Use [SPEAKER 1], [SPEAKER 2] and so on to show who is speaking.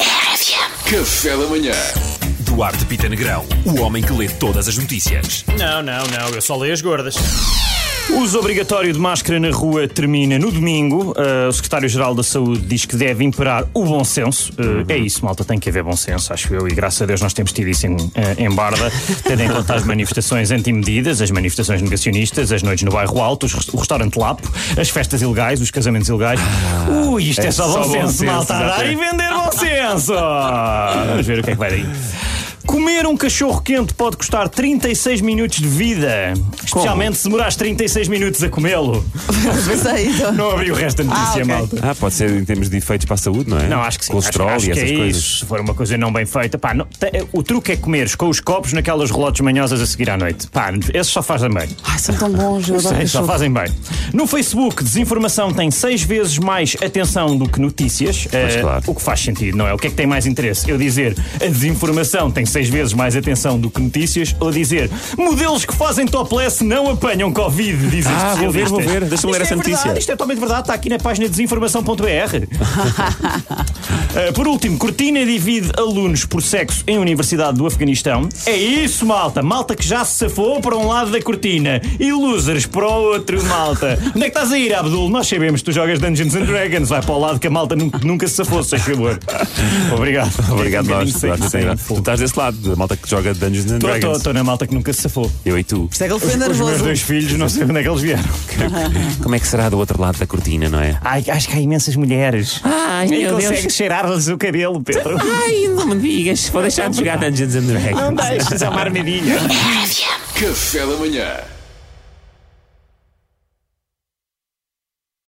[SPEAKER 1] é
[SPEAKER 2] Café da Manhã.
[SPEAKER 3] Duarte Pita Negrão, o homem que lê todas as notícias.
[SPEAKER 4] Não, não, não, eu só leio as gordas. O uso obrigatório de máscara na rua termina no domingo. Uh, o secretário-geral da Saúde diz que deve imperar o bom senso. Uh, É isso, malta, tem que haver bom senso, acho eu, e graças a Deus nós temos tido isso em, eh, em Barda, tendo em conta as manifestações anti-medidas, as manifestações negacionistas, as noites no bairro Alto, os res- o restaurante Lapo, as festas ilegais, os casamentos ilegais. Ui, isto é, só bom senso, malta, a dar e vender bom senso! Vamos ver o que é que vai daí. Comer um cachorro quente pode custar 36 minutos de vida. Especialmente se demorares 36 minutos a comê-lo.
[SPEAKER 1] Pensei, então.
[SPEAKER 4] Não abri o resto da
[SPEAKER 1] Ah,
[SPEAKER 4] notícia,
[SPEAKER 1] ok.
[SPEAKER 4] malta.
[SPEAKER 5] Ah, pode ser em termos de efeitos para a saúde, não é?
[SPEAKER 4] Não, acho que sim.
[SPEAKER 5] Colesterol
[SPEAKER 4] acho, acho
[SPEAKER 5] e
[SPEAKER 4] que
[SPEAKER 5] essas
[SPEAKER 4] é
[SPEAKER 5] coisas.
[SPEAKER 4] Isso. Se for uma coisa não bem feita, pá, não- te- o truque é comeres com os copos naquelas relotes manhosas a seguir à noite. Pá, esses só fazem bem.
[SPEAKER 1] Ai, são tão bons, eu adoro
[SPEAKER 4] Sei, só
[SPEAKER 1] cachorro.
[SPEAKER 4] fazem bem. No Facebook, desinformação tem seis vezes mais atenção do que notícias. Eh,
[SPEAKER 5] claro.
[SPEAKER 4] O que faz sentido, não é? O que é que tem mais interesse? Eu dizer a desinformação tem seis vezes mais atenção do que notícias ou dizer modelos que fazem topless não apanham Covid, dizem
[SPEAKER 5] Ah, vou ver, vou
[SPEAKER 4] especialistas.
[SPEAKER 5] ver. Deixa-me
[SPEAKER 4] Isto
[SPEAKER 5] ler
[SPEAKER 4] é
[SPEAKER 5] essa notícia.
[SPEAKER 4] Verdade, isto é totalmente verdade. Está aqui na página desinformação.br. Eh, por último, Cortina divide alunos por sexo em Universidade do Afeganistão. É isso, malta. Malta que já se safou para um lado da cortina e losers para o outro, malta. Onde é que estás a ir, Abdul? Nós sabemos que tu jogas Dungeons and Dragons. Vai para o lado que a malta nun- nunca se safou, se faz favor. Obrigado.
[SPEAKER 5] Obrigado,
[SPEAKER 4] Fiquei um
[SPEAKER 5] nós.
[SPEAKER 4] bocadinho sem-
[SPEAKER 5] Duarte,
[SPEAKER 4] sem
[SPEAKER 5] sim. Tu
[SPEAKER 4] fogo.
[SPEAKER 5] estás desse lado, da malta que joga Dungeons and
[SPEAKER 4] Tô- tô-
[SPEAKER 5] Dragons.
[SPEAKER 4] Estou na malta que nunca se safou.
[SPEAKER 5] Eu e tu.
[SPEAKER 1] Isto é que ele foi
[SPEAKER 4] Os meus
[SPEAKER 1] nervoso.
[SPEAKER 4] dois filhos, não sei onde é que eles vieram.
[SPEAKER 5] Como é que será do outro lado da cortina, não é?
[SPEAKER 4] Ai, acho que há imensas mulheres.
[SPEAKER 5] Ai,
[SPEAKER 4] E consegues cheirar-lhes o cabelo, Pedro.
[SPEAKER 5] Ai, não me digas. Vou deixar de jogar Dungeons and Dragons.
[SPEAKER 4] Não deixes, é uma armadilha.
[SPEAKER 2] Café da Manhã.